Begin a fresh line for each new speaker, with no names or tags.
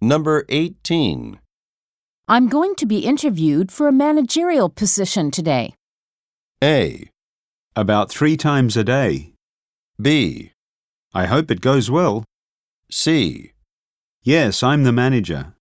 Number 18.
I'm going to be interviewed for a managerial position today.
A.
About three times a day.
B.
I hope it goes well.
C.
Yes, I'm the manager.